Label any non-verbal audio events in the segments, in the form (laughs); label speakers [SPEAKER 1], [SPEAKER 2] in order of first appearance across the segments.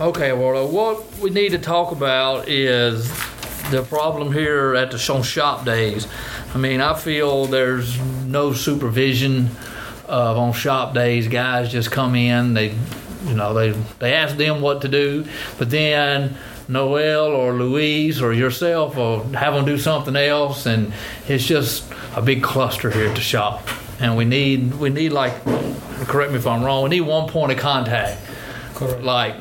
[SPEAKER 1] Okay, Warlow, what we need to talk about is the problem here at the on shop days. I mean, I feel there's no supervision of on shop days. Guys just come in, they, you know, they they ask them what to do, but then Noel or Louise or yourself or have them do something else, and it's just a big cluster here at the shop. And we need we need like, correct me if I'm wrong. We need one point of contact.
[SPEAKER 2] Correct.
[SPEAKER 1] Like,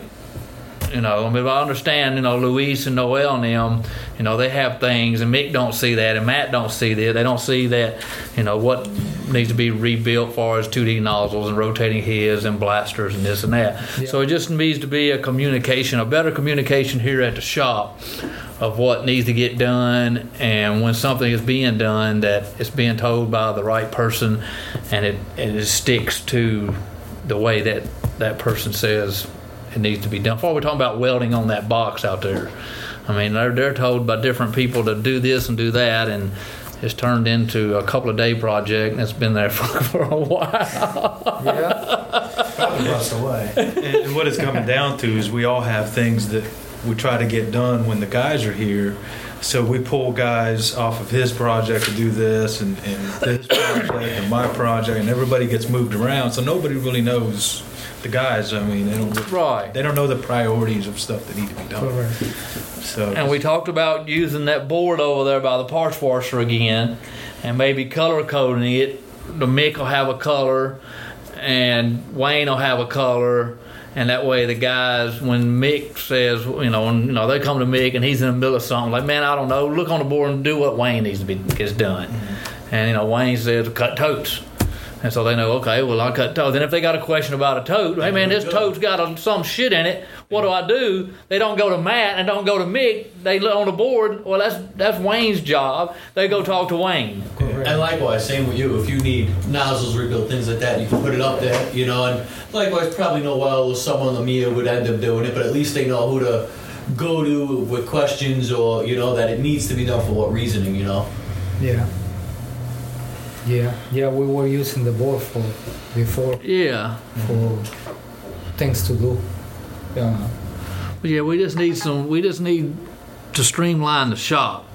[SPEAKER 1] you know, I mean, I understand, you know, Luis and Noel and them, you know, they have things, and Mick don't see that, and Matt don't see that. They don't see that, you know, what needs to be rebuilt far as 2D nozzles and rotating heads and blasters and this and that. So it just needs to be a communication, a better communication here at the shop of what needs to get done, and when something is being done, that it's being told by the right person, and it and it sticks to the way that that person says it needs to be done. Before we're talking about welding on that box out there, I mean they're they're told by different people to do this and do that, and it's turned into a couple of day project that's been there (laughs) for, for a while.
[SPEAKER 2] Yeah.
[SPEAKER 3] Probably rust away.
[SPEAKER 4] (laughs) And, and what it's coming down to is we all have things that we try to get done when the guys are here. So we pull guys off of his project to do this and, and this project and my project, and everybody gets moved around. So nobody really knows the guys. I mean, they don't
[SPEAKER 1] Right.
[SPEAKER 4] they don't know the priorities of stuff that need to be done.
[SPEAKER 2] Correct.
[SPEAKER 4] So
[SPEAKER 1] And we talked about using that board over there by the parts washer again and maybe color coding it. The Mick will have a color and Wayne will have a color. And that way, the guys, when Mick says, you know, and, you know, they come to Mick and he's in the middle of something, like, man, I don't know, look on the board and do what Wayne needs to be gets done. And you know, Wayne says, cut totes. And so they know, okay, well, I cut totes. Then if they got a question about a tote, hey man, this tote's got a, some shit in it. What do I do? They don't go to Matt and don't go to Mick. They look on the board. Well, that's that's Wayne's job. They go talk to Wayne.
[SPEAKER 5] And likewise, same with you. If you need nozzles rebuilt, things like that, you can put it up there, you know. And likewise, probably no well someone the media would end up doing it, but at least they know who to go to with questions or you know that it needs to be done for what reasoning, you know.
[SPEAKER 2] Yeah. Yeah. Yeah. We were using the board for before
[SPEAKER 1] Yeah,
[SPEAKER 2] for things to do. Yeah.
[SPEAKER 1] But yeah. We just need some. We just need to streamline the shop.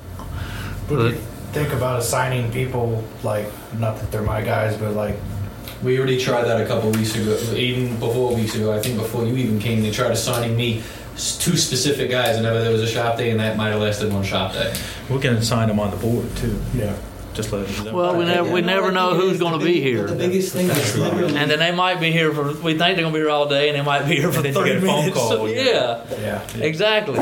[SPEAKER 3] What do you think about assigning people, like, not that they're my guys, but like,
[SPEAKER 5] We already tried that a couple weeks ago, even before weeks ago. I think before you even came, they tried assigning me s- two specific guys whenever there was a shop day, and that might have lasted one shop day.
[SPEAKER 4] we can assign them on the board too.
[SPEAKER 3] yeah.
[SPEAKER 4] Just let them know.
[SPEAKER 1] Well, we never we never know who's going to be
[SPEAKER 5] But the
[SPEAKER 1] here.
[SPEAKER 5] biggest thing is literally
[SPEAKER 1] And then they might be here for. We think they're going to be here all day, and they might be here for
[SPEAKER 4] then you
[SPEAKER 1] thirty
[SPEAKER 4] get a phone
[SPEAKER 1] minutes.
[SPEAKER 4] call, yeah.
[SPEAKER 1] (laughs) yeah,
[SPEAKER 3] Yeah.
[SPEAKER 1] exactly.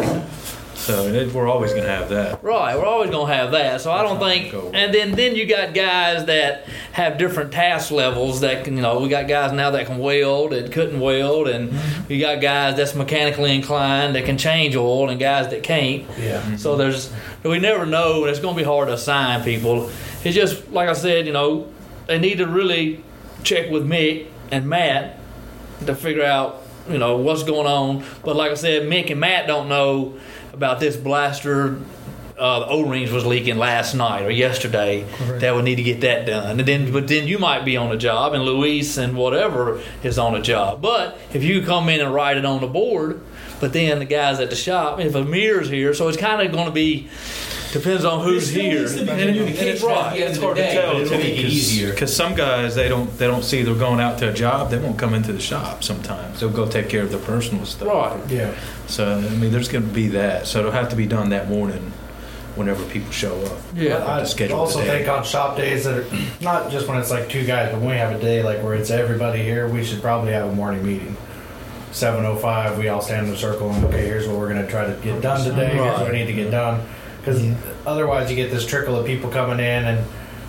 [SPEAKER 4] so and it, we're always gonna have that.
[SPEAKER 1] Right, we're always gonna have that. So I don't think.
[SPEAKER 4] Go.
[SPEAKER 1] And then then you got guys that have different task levels. That can you know we got guys now that can weld and couldn't weld, and you got guys that's mechanically inclined that can change oil, and guys that can't.
[SPEAKER 3] Yeah.
[SPEAKER 1] So there's we never know, and it's gonna be hard to assign people. It's just like I said, you know, they need to really check with Mick and Matt to figure out, you know, what's going on. But like I said, Mick and Matt don't know about this blaster. Uh, the O-rings was leaking last night or yesterday. That would need to get that done. And then, but then you might be on a job, and Luis and whatever is on a job. But if you come in and write it on the board, but then the guys at the shop, if Amir's here, so it's kind of going to be depends on who's
[SPEAKER 5] It still
[SPEAKER 1] here.
[SPEAKER 5] needs to be
[SPEAKER 4] And- and
[SPEAKER 5] communication
[SPEAKER 4] it's
[SPEAKER 5] at the
[SPEAKER 1] right.
[SPEAKER 5] end of
[SPEAKER 4] It's
[SPEAKER 5] the
[SPEAKER 4] hard to
[SPEAKER 5] day,
[SPEAKER 4] tell
[SPEAKER 5] but it'll
[SPEAKER 4] too,
[SPEAKER 5] make it easier.
[SPEAKER 4] because some guys they don't they don't see they're going out to a job. They won't come into the shop sometimes. They'll go take care of their personal stuff.
[SPEAKER 1] Right.
[SPEAKER 3] Yeah.
[SPEAKER 4] So I mean, there's going to be that. So it'll have to be done that morning, whenever people show up.
[SPEAKER 1] Yeah.
[SPEAKER 3] I
[SPEAKER 4] schedule
[SPEAKER 3] also
[SPEAKER 4] the day.
[SPEAKER 3] think on shop days that are (clears throat) not just when it's like two guys, but when we have a day like where it's everybody here, we should probably have a morning meeting. 7.05, we all stand in a circle and, okay, here's what we're going to try to get done today. Here's what we need to get done. Because
[SPEAKER 2] Yeah.
[SPEAKER 3] otherwise you get this trickle of people coming in and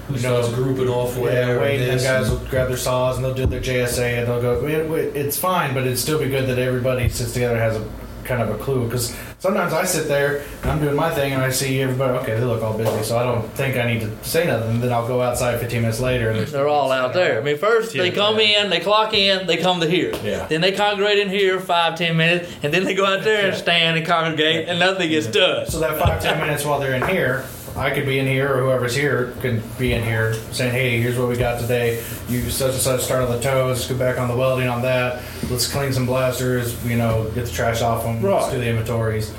[SPEAKER 5] Who
[SPEAKER 3] No.
[SPEAKER 5] starts grouping off
[SPEAKER 3] Yeah,
[SPEAKER 5] whatever
[SPEAKER 3] wait,
[SPEAKER 5] it
[SPEAKER 3] and
[SPEAKER 5] is.
[SPEAKER 3] the
[SPEAKER 5] (laughs)
[SPEAKER 3] guys will grab their saws and they'll do their JSA and they'll go. "We- we- It's fine, but it'd still be good that everybody sits together and has a kind of a clue. Because sometimes I sit there and I'm doing my thing and I see everybody. Okay, they look all busy, so I don't think I need to say nothing. Then I'll go outside 15 minutes later and there's-
[SPEAKER 1] They're all out there. I mean, first they
[SPEAKER 4] Yeah.
[SPEAKER 1] come in, they clock in, they come to here.
[SPEAKER 3] Yeah.
[SPEAKER 1] Then they congregate in here five, ten minutes, and then they go out there and stand and congregate, and nothing gets done.
[SPEAKER 3] So that five ten minutes while they're in here, I could be in here, or whoever's here could be in here saying, "Hey, here's what we got today. You such and such start on the toes, go back on the welding on that. Let's clean some blasters. You know, get the trash off them.
[SPEAKER 1] Right.
[SPEAKER 3] Let's do the inventories,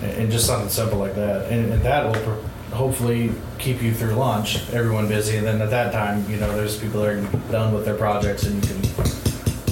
[SPEAKER 3] and, and just something simple like that. And, and that will pro- hopefully keep you through lunch, everyone busy. And then at that time, you know, there's people that are done with their projects, and you can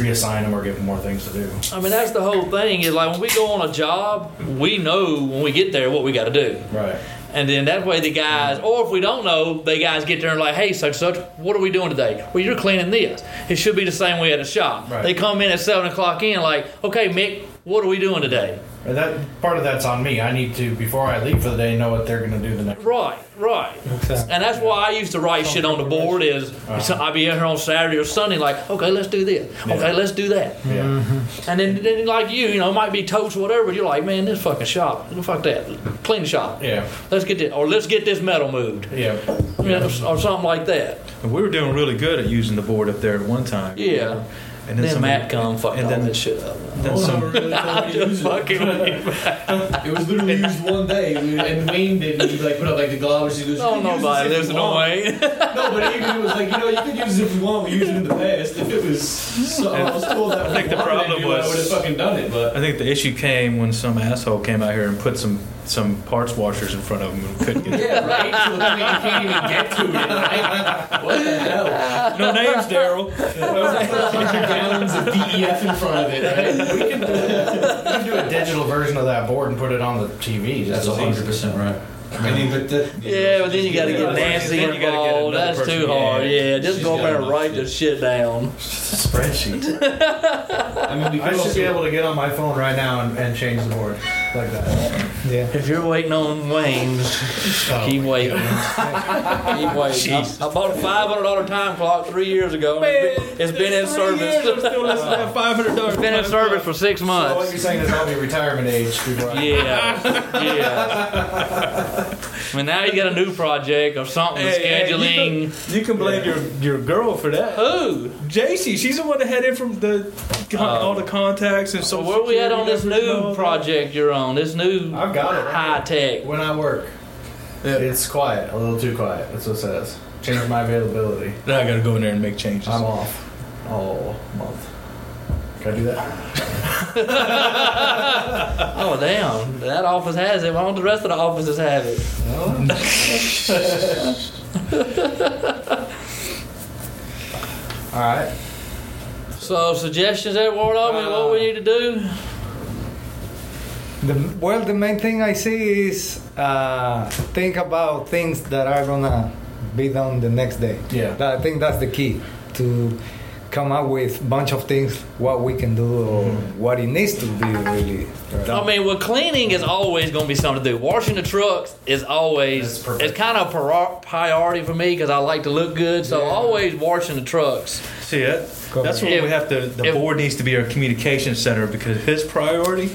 [SPEAKER 3] reassign them or give them more things to do.
[SPEAKER 1] I mean, that's the whole thing. Is like when we go on a job, we know when we get there what we got to do,
[SPEAKER 3] Right.
[SPEAKER 1] and then that way the guys,
[SPEAKER 3] Mm.
[SPEAKER 1] or if we don't know, the guys get there and like, hey, such such, what are we doing today? Well, you're cleaning this. It should be the same way at a shop.
[SPEAKER 3] Right.
[SPEAKER 1] They come in at seven o'clock in, like, okay, Mick, what are we doing today?
[SPEAKER 3] And that part of that's on me. I need to before I leave for the day know what they're going to do the next.
[SPEAKER 1] Right, right.
[SPEAKER 2] Exactly.
[SPEAKER 1] And that's why I used to write shit on the board. Is
[SPEAKER 4] Uh-huh.
[SPEAKER 1] so I'd be in here on Saturday or Sunday, like, okay, let's do this. Okay, let's do that.
[SPEAKER 3] Yeah.
[SPEAKER 1] And then, then like you, you know, it might be toast or whatever. You're like, man, this fucking shop, fuck that, clean the shop.
[SPEAKER 3] Yeah.
[SPEAKER 1] Let's get this, or let's get this metal moved,
[SPEAKER 3] Yeah.
[SPEAKER 1] you know, or something like that.
[SPEAKER 4] And we were doing really good at using the board up there at one time.
[SPEAKER 1] Yeah. And
[SPEAKER 4] And then,
[SPEAKER 1] then
[SPEAKER 4] somebody-
[SPEAKER 1] Matt come fucked
[SPEAKER 4] and
[SPEAKER 1] all
[SPEAKER 4] then-
[SPEAKER 1] this shit up.
[SPEAKER 4] Then some,
[SPEAKER 1] I'm just (laughs)
[SPEAKER 4] (laughs)
[SPEAKER 1] fucking with you.
[SPEAKER 5] It was literally used one day, we- and Wayne didn't. He like put up like the gloves. He goes,
[SPEAKER 1] No,
[SPEAKER 5] "You can use
[SPEAKER 1] nobody
[SPEAKER 5] this
[SPEAKER 1] lives
[SPEAKER 5] if you
[SPEAKER 1] in no
[SPEAKER 5] want."
[SPEAKER 1] way.
[SPEAKER 5] No, but even it was like you know you could use it if you want. We used it in the past. If it was, so, I was told that I
[SPEAKER 4] think the problem
[SPEAKER 5] I would have
[SPEAKER 4] was-
[SPEAKER 5] fucking done it. But
[SPEAKER 4] I think the issue came when some asshole came out here and put some, some parts washers in front of them and couldn't get it.
[SPEAKER 5] yeah, right. So then you can't even get to it. Right? What the hell?
[SPEAKER 4] No names, Daryl.
[SPEAKER 5] Gallons of DEF in front of it. Right?
[SPEAKER 3] You can do a digital version of that board and put it on the TV. That's all.
[SPEAKER 5] percent right. I mean, but the,
[SPEAKER 1] Yeah, but then you got to
[SPEAKER 4] Yeah,
[SPEAKER 1] get Nancy
[SPEAKER 4] then you gotta get
[SPEAKER 1] involved.
[SPEAKER 4] another
[SPEAKER 1] That's
[SPEAKER 4] person.
[SPEAKER 1] too hard.
[SPEAKER 4] Yeah.
[SPEAKER 1] Yeah, just
[SPEAKER 5] She's
[SPEAKER 1] go up
[SPEAKER 5] got
[SPEAKER 1] there and
[SPEAKER 5] enough
[SPEAKER 1] write
[SPEAKER 5] shit.
[SPEAKER 1] this shit down.
[SPEAKER 3] (laughs) Spreadsheet.
[SPEAKER 5] I mean, we could
[SPEAKER 3] I should
[SPEAKER 5] also-
[SPEAKER 3] be able to get on my phone right now and, and change the board like that.
[SPEAKER 2] Yeah.
[SPEAKER 1] If you're waiting on wings, keep
[SPEAKER 3] Oh,
[SPEAKER 1] waiting. keep waiting. I, I bought a five hundred dollar time clock three years ago. and it's been- it's been in service.
[SPEAKER 4] Five hundred dollars.
[SPEAKER 1] It's been in service for six
[SPEAKER 3] So what
[SPEAKER 1] months.
[SPEAKER 3] you're saying is I'll be retirement age before I.
[SPEAKER 1] Yeah, yeah. I mean, now you got a new project or something scheduling.
[SPEAKER 4] you, can, you can blame your, your girl for that.
[SPEAKER 1] Who? Oh.
[SPEAKER 4] JC, she's the one that had in from the con- all the contacts and so.
[SPEAKER 1] So where we at on this new project you're on? This new
[SPEAKER 3] I've got it.
[SPEAKER 1] high tech.
[SPEAKER 3] When I work, it's quiet, a little too quiet. That's what it says. Change my availability.
[SPEAKER 4] Now I gotta go in there and make changes.
[SPEAKER 3] I'm off all month. Can I do that?
[SPEAKER 1] Oh damn, that office has it. Why don't the rest of the offices have it?
[SPEAKER 3] All right.
[SPEAKER 1] So suggestions, Eduardo, I mean,
[SPEAKER 3] Uh,
[SPEAKER 1] what we need to do?
[SPEAKER 2] The, well, the main thing I see is uh, think about things that are gonna be done the next day.
[SPEAKER 3] Yeah.
[SPEAKER 2] That- I think that's the key to come up with bunch of things what we can do or
[SPEAKER 1] Mm-hmm.
[SPEAKER 2] what it needs to be really done.
[SPEAKER 1] I mean, well, cleaning is always going to be something to do. Washing the trucks is
[SPEAKER 3] That's
[SPEAKER 1] always
[SPEAKER 3] perfect.
[SPEAKER 1] it's kind of a prior- priority for me because I like to look good. So always washing the trucks.
[SPEAKER 4] See it? That's what
[SPEAKER 1] If-
[SPEAKER 4] we have to. The
[SPEAKER 1] if-
[SPEAKER 4] board needs to be our communication center because his priority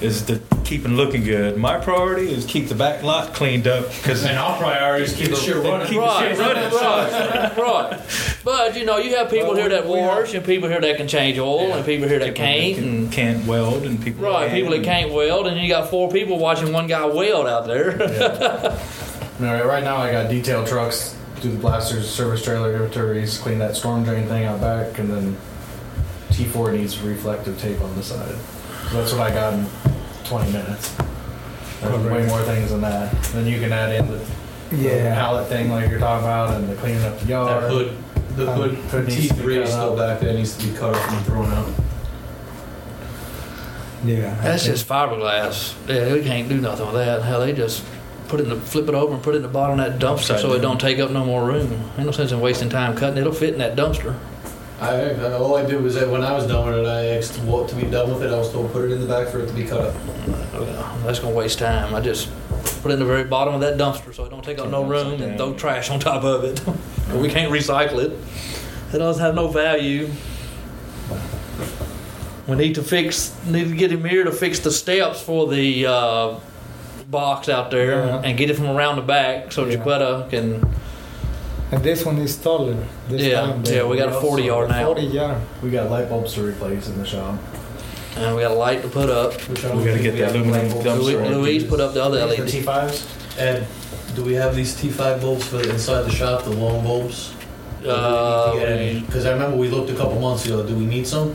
[SPEAKER 4] is to keeping looking good. My priority is keep the back lot cleaned up because and our priority is keep
[SPEAKER 5] the shit running.
[SPEAKER 1] (laughs)
[SPEAKER 4] Keep the
[SPEAKER 1] Right,
[SPEAKER 4] shit running.
[SPEAKER 1] (laughs) right, right. But you know, you have people here that wash and people here that can change oil and people here that can't.
[SPEAKER 4] People
[SPEAKER 1] And,
[SPEAKER 4] that can, can't weld and people
[SPEAKER 1] right,
[SPEAKER 4] can.
[SPEAKER 1] people that can't weld, and you got four people watching one guy weld out there. (laughs)
[SPEAKER 3] All right, right now I got detail trucks, do the blasters, service trailer inventories, clean that storm drain thing out back, and then T4 needs reflective tape on the side. So that's what I got in 20 minutes. There's way more things than that. Then you can add in the the
[SPEAKER 2] yeah.
[SPEAKER 3] pallet thing like you're talking about and the cleaning up the yard.
[SPEAKER 5] That hood, the
[SPEAKER 3] Um,
[SPEAKER 5] hood,
[SPEAKER 3] hood needs to be
[SPEAKER 5] T3 is
[SPEAKER 3] cut
[SPEAKER 5] still
[SPEAKER 3] out.
[SPEAKER 5] back there, needs to be cut off and thrown out.
[SPEAKER 2] Yeah. I
[SPEAKER 1] That's
[SPEAKER 2] think-
[SPEAKER 1] just fiberglass. Yeah, we can't do nothing with that. Hell, they just put it in the, flip it over and put it in the bottom of that dumpster
[SPEAKER 4] Upside
[SPEAKER 1] so it
[SPEAKER 4] down.
[SPEAKER 1] don't take up no more room. Ain't no sense in wasting time cutting. It'll fit in that dumpster.
[SPEAKER 5] I, I- all I did was that when I was done with it, I asked what to be done with it. I was told put it in the back for it to be cut up.
[SPEAKER 1] Well, That's gonna waste time. I just put it in the very bottom of that dumpster so it don't take up no room and throw trash on top of it. (laughs) And we can't recycle it. It doesn't have no value. We need to fix, need to get him here to fix the steps for the uh, box out there
[SPEAKER 2] Yeah.
[SPEAKER 1] and get it from around the back so
[SPEAKER 2] Yeah.
[SPEAKER 1] Jaquetta can
[SPEAKER 2] and this one is taller. This
[SPEAKER 1] Yeah,
[SPEAKER 2] time than-
[SPEAKER 1] yeah, we got a 40 yard now.
[SPEAKER 2] 40 yard.
[SPEAKER 3] We got light bulbs to replace in the shop.
[SPEAKER 1] And we got a light to put up.
[SPEAKER 5] Which I
[SPEAKER 4] We gotta get the aluminum
[SPEAKER 2] E
[SPEAKER 1] Lu-
[SPEAKER 4] dumpster.
[SPEAKER 1] E Louise put up the other
[SPEAKER 3] The
[SPEAKER 1] LED.
[SPEAKER 3] T5s?
[SPEAKER 5] Ed, Do we have these T5 bulbs for inside the shop, the long bulbs?
[SPEAKER 1] Uh,
[SPEAKER 5] Because I remember we looked a couple months ago. Do we need some?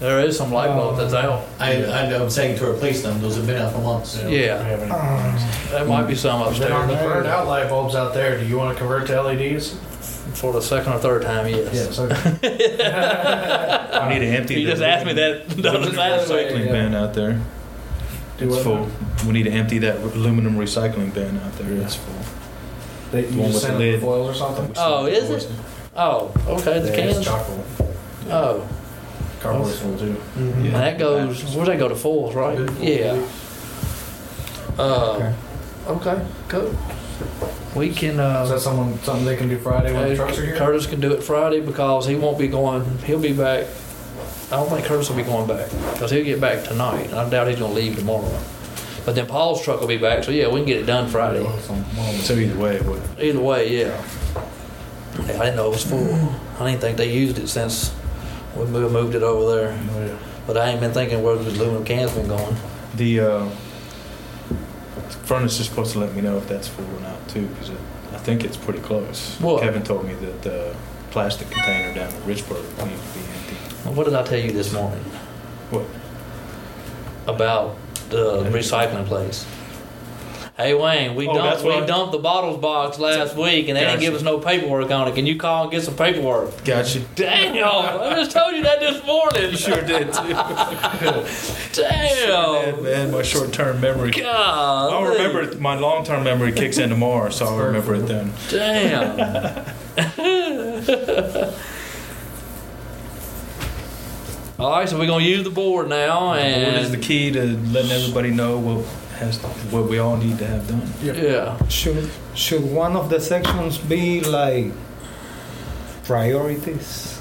[SPEAKER 1] there is some light bulb that's out.
[SPEAKER 5] I, I, I'm saying to replace them. Those have been out for months.
[SPEAKER 1] Yeah.
[SPEAKER 3] We haven't-
[SPEAKER 1] There might be some
[SPEAKER 3] There are
[SPEAKER 1] upstairs.
[SPEAKER 3] the burned out light bulbs out there. Do you want to E convert to LEDs?
[SPEAKER 1] For the second or third time, yes.
[SPEAKER 3] okay.
[SPEAKER 1] (laughs)
[SPEAKER 4] I need to empty.
[SPEAKER 1] You
[SPEAKER 4] the-
[SPEAKER 1] just asked me that (laughs) the other last week.
[SPEAKER 4] Recycling bin out there.
[SPEAKER 3] Do
[SPEAKER 4] It's
[SPEAKER 3] what
[SPEAKER 4] full. We need to empty that aluminum recycling bin out there. It's full.
[SPEAKER 3] They, you
[SPEAKER 4] One
[SPEAKER 3] just
[SPEAKER 4] with
[SPEAKER 3] send
[SPEAKER 4] the
[SPEAKER 3] them
[SPEAKER 4] lid.
[SPEAKER 3] foil or something?
[SPEAKER 1] Oh, is it? Oh, okay, the
[SPEAKER 3] Yeah, it's
[SPEAKER 1] cans.
[SPEAKER 3] chock full.
[SPEAKER 1] Oh,
[SPEAKER 3] Cardboard's full too.
[SPEAKER 5] Mhm.
[SPEAKER 1] and
[SPEAKER 4] Yeah.
[SPEAKER 1] that goes. Where they go to Foils, right? Yeah. Uh, okay, cool. We can.
[SPEAKER 3] Is
[SPEAKER 1] Uh,
[SPEAKER 3] that someone something they can do Friday when the trucks are here?
[SPEAKER 1] Curtis can do it Friday because he won't be going. He'll be back. I don't think Curtis will be going back because he'll get back tonight. I doubt he's gonna leave tomorrow. But then Paul's truck will be back, so yeah, we can get it done Friday.
[SPEAKER 3] Some- one of
[SPEAKER 4] So either way, it would.
[SPEAKER 1] Either way, yeah. Yeah, I didn't know it was full. I didn't think they used it since we mo- moved it over there.
[SPEAKER 3] them. Oh, yeah.
[SPEAKER 1] But I ain't been thinking where the aluminum cans been going.
[SPEAKER 4] The uh, furnace is supposed to let me know if that's full or not too, because I think it's pretty close.
[SPEAKER 1] What?
[SPEAKER 4] Kevin told me that the plastic container down at Richburg needs to be empty.
[SPEAKER 1] What did I tell you this morning?
[SPEAKER 4] What?
[SPEAKER 1] About the recycling place. Hey Wayne, we
[SPEAKER 4] Oh,
[SPEAKER 1] dumped
[SPEAKER 4] that's
[SPEAKER 1] we
[SPEAKER 4] why-
[SPEAKER 1] dumped the bottles box last week and they didn't
[SPEAKER 4] Gotcha.
[SPEAKER 1] give us no paperwork on it. Can you call and get some paperwork?
[SPEAKER 4] Gotcha.
[SPEAKER 1] Daniel, I just told you that this
[SPEAKER 4] (laughs)
[SPEAKER 1] morning.
[SPEAKER 4] Sure did too.
[SPEAKER 1] Damn,
[SPEAKER 4] Man, my short-term memory.
[SPEAKER 1] God,
[SPEAKER 4] I'll remember it. My long-term memory kicks in tomorrow, so I'll remember it then.
[SPEAKER 1] Damn. (laughs) All right, so we're gonna use the board now, and
[SPEAKER 4] What is the key to letting everybody know what has what we all need to have done?
[SPEAKER 1] yeah,
[SPEAKER 2] Should should one of the sections be like priorities?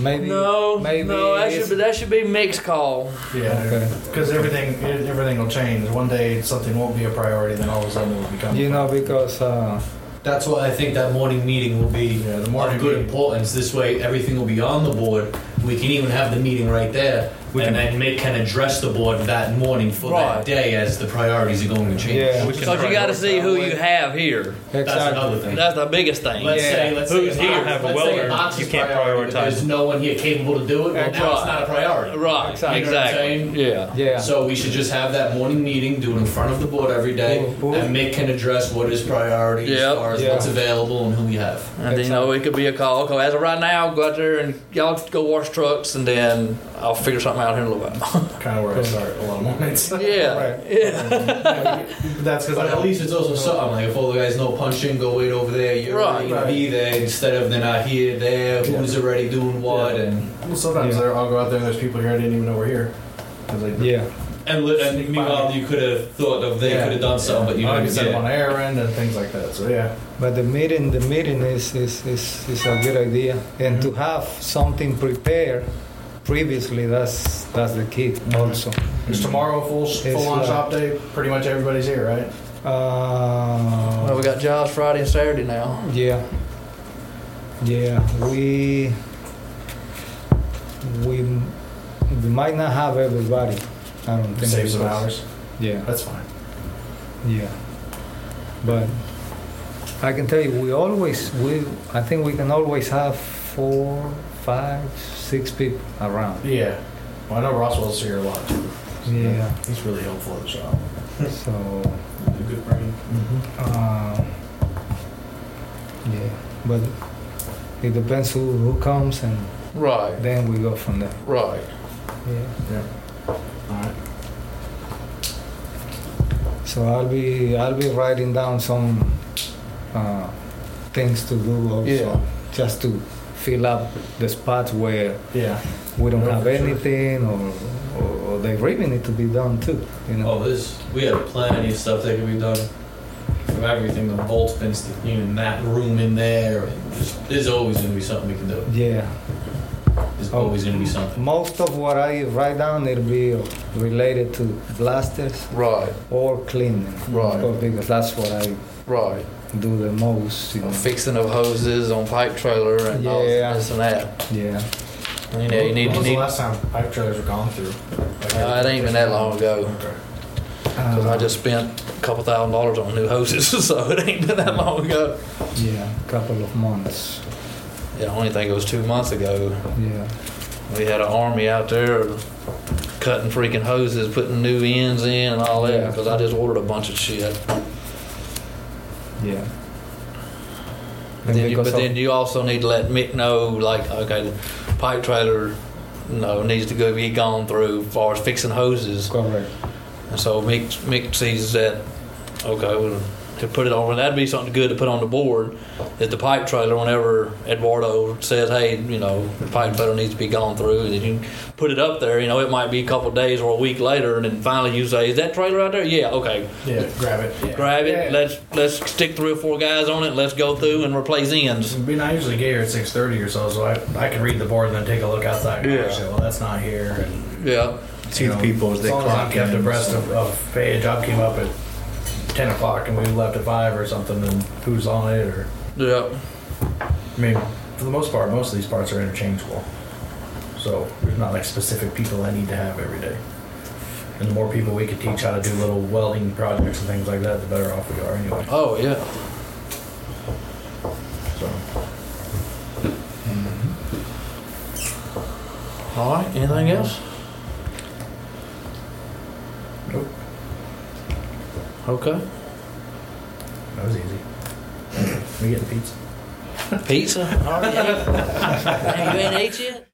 [SPEAKER 2] Maybe.
[SPEAKER 1] no,
[SPEAKER 2] Maybe
[SPEAKER 1] no, that
[SPEAKER 2] it's-
[SPEAKER 1] should be that should be mixed call.
[SPEAKER 3] Yeah, because everything everything will change. One day something won't be a priority, then all of a sudden it will become.
[SPEAKER 2] You know, because uh,
[SPEAKER 5] That's why I think that morning meeting will be
[SPEAKER 3] Yeah, the morning
[SPEAKER 5] of good
[SPEAKER 3] meeting.
[SPEAKER 5] importance. This way, everything will be on the board. We can even have the meeting right there,
[SPEAKER 4] We
[SPEAKER 5] and
[SPEAKER 4] can-
[SPEAKER 5] then make, can address the board that morning for
[SPEAKER 1] Right.
[SPEAKER 5] that day as the priorities are going to change.
[SPEAKER 2] yeah,
[SPEAKER 4] We can
[SPEAKER 1] Because you got to
[SPEAKER 4] prioritize.
[SPEAKER 1] see who you have here.
[SPEAKER 5] That's
[SPEAKER 2] exactly.
[SPEAKER 5] another thing.
[SPEAKER 1] That's the biggest thing.
[SPEAKER 5] Let's
[SPEAKER 2] Yeah.
[SPEAKER 5] say, let's
[SPEAKER 1] Who's
[SPEAKER 5] say, a box-
[SPEAKER 1] here?
[SPEAKER 4] Have a
[SPEAKER 5] let's say
[SPEAKER 4] welder.
[SPEAKER 5] box is
[SPEAKER 4] You can't
[SPEAKER 5] priority, but
[SPEAKER 4] prioritize.
[SPEAKER 5] There's no one here capable to do it. Well, now it's not a priority.
[SPEAKER 1] Right,
[SPEAKER 5] You know what I'm saying?
[SPEAKER 1] exactly. Yeah.
[SPEAKER 2] Yeah.
[SPEAKER 5] So we should just have that morning meeting, do it in front of the board every day,
[SPEAKER 2] Board.
[SPEAKER 5] and Mick can address what is priority
[SPEAKER 1] Yep.
[SPEAKER 5] as far as
[SPEAKER 2] Yeah.
[SPEAKER 5] what's available and who we have.
[SPEAKER 1] And then, you know, it could be a call. Okay, as of right now, go out there and y'all go wash trucks, and then I'll figure something out here in a little while.
[SPEAKER 3] kind of where I start a lot of
[SPEAKER 1] (laughs)
[SPEAKER 3] mornings. (laughs)
[SPEAKER 1] yeah,
[SPEAKER 2] Right.
[SPEAKER 1] yeah,
[SPEAKER 3] That's because
[SPEAKER 5] But at least it's also something. Like if all the guys know punching, go wait over there. You're
[SPEAKER 1] Right.
[SPEAKER 5] already gonna be there instead of they're not here, there. Who's already doing what, and
[SPEAKER 3] Well, sometimes there- I'll go out there and there's people here I didn't even know were here. 'Cause they-
[SPEAKER 2] Yeah.
[SPEAKER 5] and, li- and meanwhile you could have thought of they
[SPEAKER 3] Yeah.
[SPEAKER 5] could have done something, but you
[SPEAKER 3] I
[SPEAKER 5] know
[SPEAKER 3] can send them
[SPEAKER 5] yeah.
[SPEAKER 3] on an errand and things like that. So yeah,
[SPEAKER 2] But the meeting, the meeting is is, is, is a good idea, and to
[SPEAKER 3] Mm-hmm.
[SPEAKER 2] have something prepared previously, that's that's the key
[SPEAKER 3] Mm-hmm.
[SPEAKER 2] also.
[SPEAKER 3] it's tomorrow full full on
[SPEAKER 2] like-
[SPEAKER 3] shop day. Pretty much everybody's here, right?
[SPEAKER 2] Uh,
[SPEAKER 1] well, we got jobs Friday and Saturday now.
[SPEAKER 2] Yeah. Yeah, we we we might not have everybody. I don't think.
[SPEAKER 3] Save some
[SPEAKER 2] because-
[SPEAKER 3] hours.
[SPEAKER 2] Yeah,
[SPEAKER 3] That's fine.
[SPEAKER 2] yeah. But I can tell you, we always we I think we can always have four, five, six people around.
[SPEAKER 3] Yeah. Well, I know Roswell's here a lot. Too.
[SPEAKER 2] Yeah.
[SPEAKER 3] He's really helpful at the shop.
[SPEAKER 2] (laughs) So.
[SPEAKER 5] Good brain.
[SPEAKER 2] Uh, yeah, but it depends who who comes, and
[SPEAKER 1] Right,
[SPEAKER 2] then we go from there.
[SPEAKER 1] right.
[SPEAKER 2] Yeah.
[SPEAKER 3] All right.
[SPEAKER 2] So I'll be I'll be writing down some uh, things to do also,
[SPEAKER 1] Yeah.
[SPEAKER 2] just to fill up the spots where
[SPEAKER 3] Yeah.
[SPEAKER 2] we don't
[SPEAKER 3] Yeah,
[SPEAKER 2] have
[SPEAKER 3] for sure.
[SPEAKER 2] anything, or, or or they really need to be done too. You know.
[SPEAKER 5] Oh, this we have plenty of stuff that can be done. From everything, the bolts, pins, to even that room in there. and just- There's always gonna be something we can
[SPEAKER 1] Oh.
[SPEAKER 5] do.
[SPEAKER 2] Yeah.
[SPEAKER 5] There's
[SPEAKER 2] Oh.
[SPEAKER 5] always gonna be something.
[SPEAKER 2] Most of what I write down it'll be related to blasters
[SPEAKER 1] Right,
[SPEAKER 2] or cleaning,
[SPEAKER 1] Right.
[SPEAKER 2] Of course, because that's what I
[SPEAKER 1] right.
[SPEAKER 2] do the most. You know.
[SPEAKER 1] Fixing of hoses on pipe trailer and all
[SPEAKER 2] Yeah.
[SPEAKER 1] this and that.
[SPEAKER 2] Yeah.
[SPEAKER 1] You know, you need
[SPEAKER 3] When
[SPEAKER 1] to
[SPEAKER 3] was the
[SPEAKER 1] need.
[SPEAKER 3] last time pipe trailers were gone through? Like,
[SPEAKER 1] Uh, it ain't been that long ago.
[SPEAKER 3] Okay.
[SPEAKER 1] Because I just spent a couple thousand dollars on new hoses, (laughs) so it ain't been that long ago.
[SPEAKER 2] Yeah, couple of months.
[SPEAKER 1] Yeah, I only think it was two months ago.
[SPEAKER 2] Yeah.
[SPEAKER 1] We had an army out there cutting freaking hoses, putting new ends in, and all that.
[SPEAKER 2] Yeah.
[SPEAKER 1] Because I just ordered a bunch of shit.
[SPEAKER 2] Yeah.
[SPEAKER 1] Then you, but
[SPEAKER 2] because of-
[SPEAKER 1] then you also need to let Mick know, like, okay, the pipe trailer, you know, needs to go be gone through as far as fixing hoses.
[SPEAKER 2] correct.
[SPEAKER 1] And so Mick, Mick sees that, okay, well, to put it on, that'd be something good to put on the board. That the pipe trailer, whenever Eduardo says, hey, you know, the pipe trailer needs to be gone through, then you put it up there. You know, it might be a couple of days or a week later, and then finally you say, is that trailer out there? Yeah, okay,
[SPEAKER 3] Yeah, grab it. Yeah.
[SPEAKER 1] grab it.
[SPEAKER 3] Yeah.
[SPEAKER 1] Let's let's stick three or four guys on it. Let's go through and replace ends.
[SPEAKER 3] I mean, I usually get here at six thirty or so, so I, I can read the board and then take a look outside.
[SPEAKER 1] Yeah.
[SPEAKER 3] Say, well, that's not here. And,
[SPEAKER 1] Yeah.
[SPEAKER 4] See the people as they
[SPEAKER 3] as long as I'm
[SPEAKER 4] clock
[SPEAKER 3] kept
[SPEAKER 4] in.
[SPEAKER 3] abreast of, of hey, a job came up at ten o'clock and we left at five or something, and who's on it or
[SPEAKER 1] Yeah.
[SPEAKER 3] I mean, for the most part, most of these parts are interchangeable. So there's not like specific people I need to have every day. And the more people we can teach how to do little welding projects and things like that, the better off we are anyway.
[SPEAKER 1] Oh yeah.
[SPEAKER 3] So
[SPEAKER 1] All right. Anything else?
[SPEAKER 3] Nope.
[SPEAKER 1] Okay.
[SPEAKER 3] that was easy. We getting pizza.
[SPEAKER 1] (laughs) Pizza. All right. you ain't ate yet.